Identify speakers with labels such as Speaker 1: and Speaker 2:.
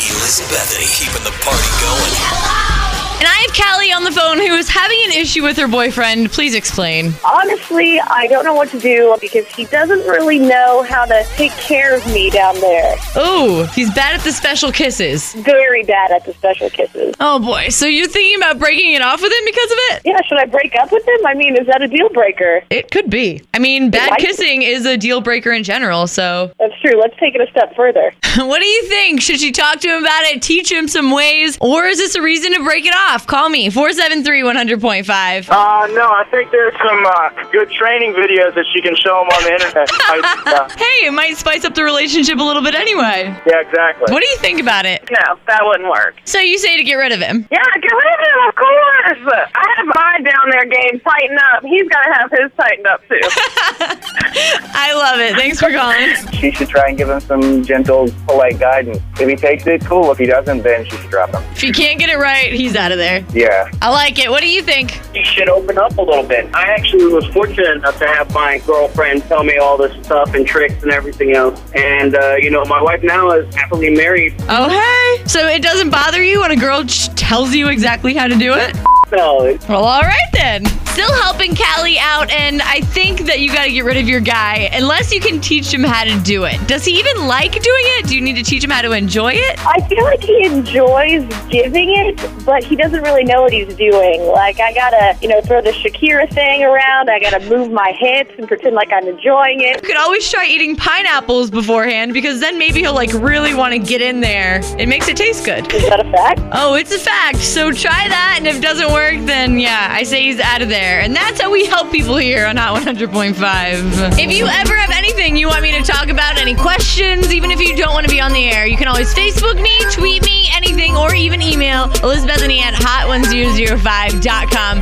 Speaker 1: and Bethany keeping the party going.
Speaker 2: And I have Callie on the phone who is having an issue with her boyfriend. Please explain.
Speaker 3: Honestly, I don't know what to do because he doesn't really know how to take care of me down there.
Speaker 2: Oh, he's bad at the special kisses.
Speaker 3: Very bad at the special kisses.
Speaker 2: Oh boy. So you're thinking about breaking it off with him because of it?
Speaker 3: Yeah, should I break up with him? I mean, is that a deal breaker?
Speaker 2: It could be. I mean, bad
Speaker 3: I-
Speaker 2: kissing is a deal breaker in general. So
Speaker 3: That's true. Let's take it a step further.
Speaker 2: what do you think? Should she talk to him about it, teach him some ways, or is this a reason to break it off? Call me 473 100.5.
Speaker 4: Uh, no, I think there's some uh, good training videos that you can show them on the internet. Like, uh,
Speaker 2: Hey, it might spice up the relationship a little bit anyway.
Speaker 4: yeah, exactly.
Speaker 2: What do you think about it?
Speaker 5: No, that wouldn't work.
Speaker 2: So you say to get rid of him.
Speaker 5: Yeah, get rid of him, of course. I have my down there game tightened up. He's got to have his tightened up, too.
Speaker 2: I love it. Thanks for calling.
Speaker 4: She should try and give him some gentle, polite guidance. If he takes it, cool. If he doesn't, then she should drop him.
Speaker 2: If you can't get it right, he's out of there.
Speaker 4: Yeah.
Speaker 2: I like it. What do you think?
Speaker 6: you should open up a little bit. I actually was fortunate enough to have my girlfriend tell me all this stuff and tricks and everything else. And, uh, you know, my wife now is happily married.
Speaker 2: Oh, hey. So it doesn't bother you when a girl ch- tells you exactly how to do it?
Speaker 6: So,
Speaker 2: Well, all right then. Still helping Callie out, and I think that you got to get rid of your guy unless you can teach him how to do it. Does he even like doing it? Do you need to teach him how to enjoy it?
Speaker 3: I feel like he enjoys giving it, but he doesn't really know what he's doing. Like, I gotta, you know, throw the Shakira thing around. I gotta move my hips and pretend like I'm enjoying it.
Speaker 2: You could always try eating pineapples beforehand because then maybe he'll like really want to get in there. It makes it taste good.
Speaker 3: Is that a fact?
Speaker 2: Oh, it's a fact. So try that, and if it doesn't work, then yeah, I say he's out of there. And that's how we help people here on Hot 100.5. If you ever have anything you want me to talk about, any questions, even if you don't want to be on the air, you can always Facebook me, tweet me, anything, or even email elizabethany at hot1005.com.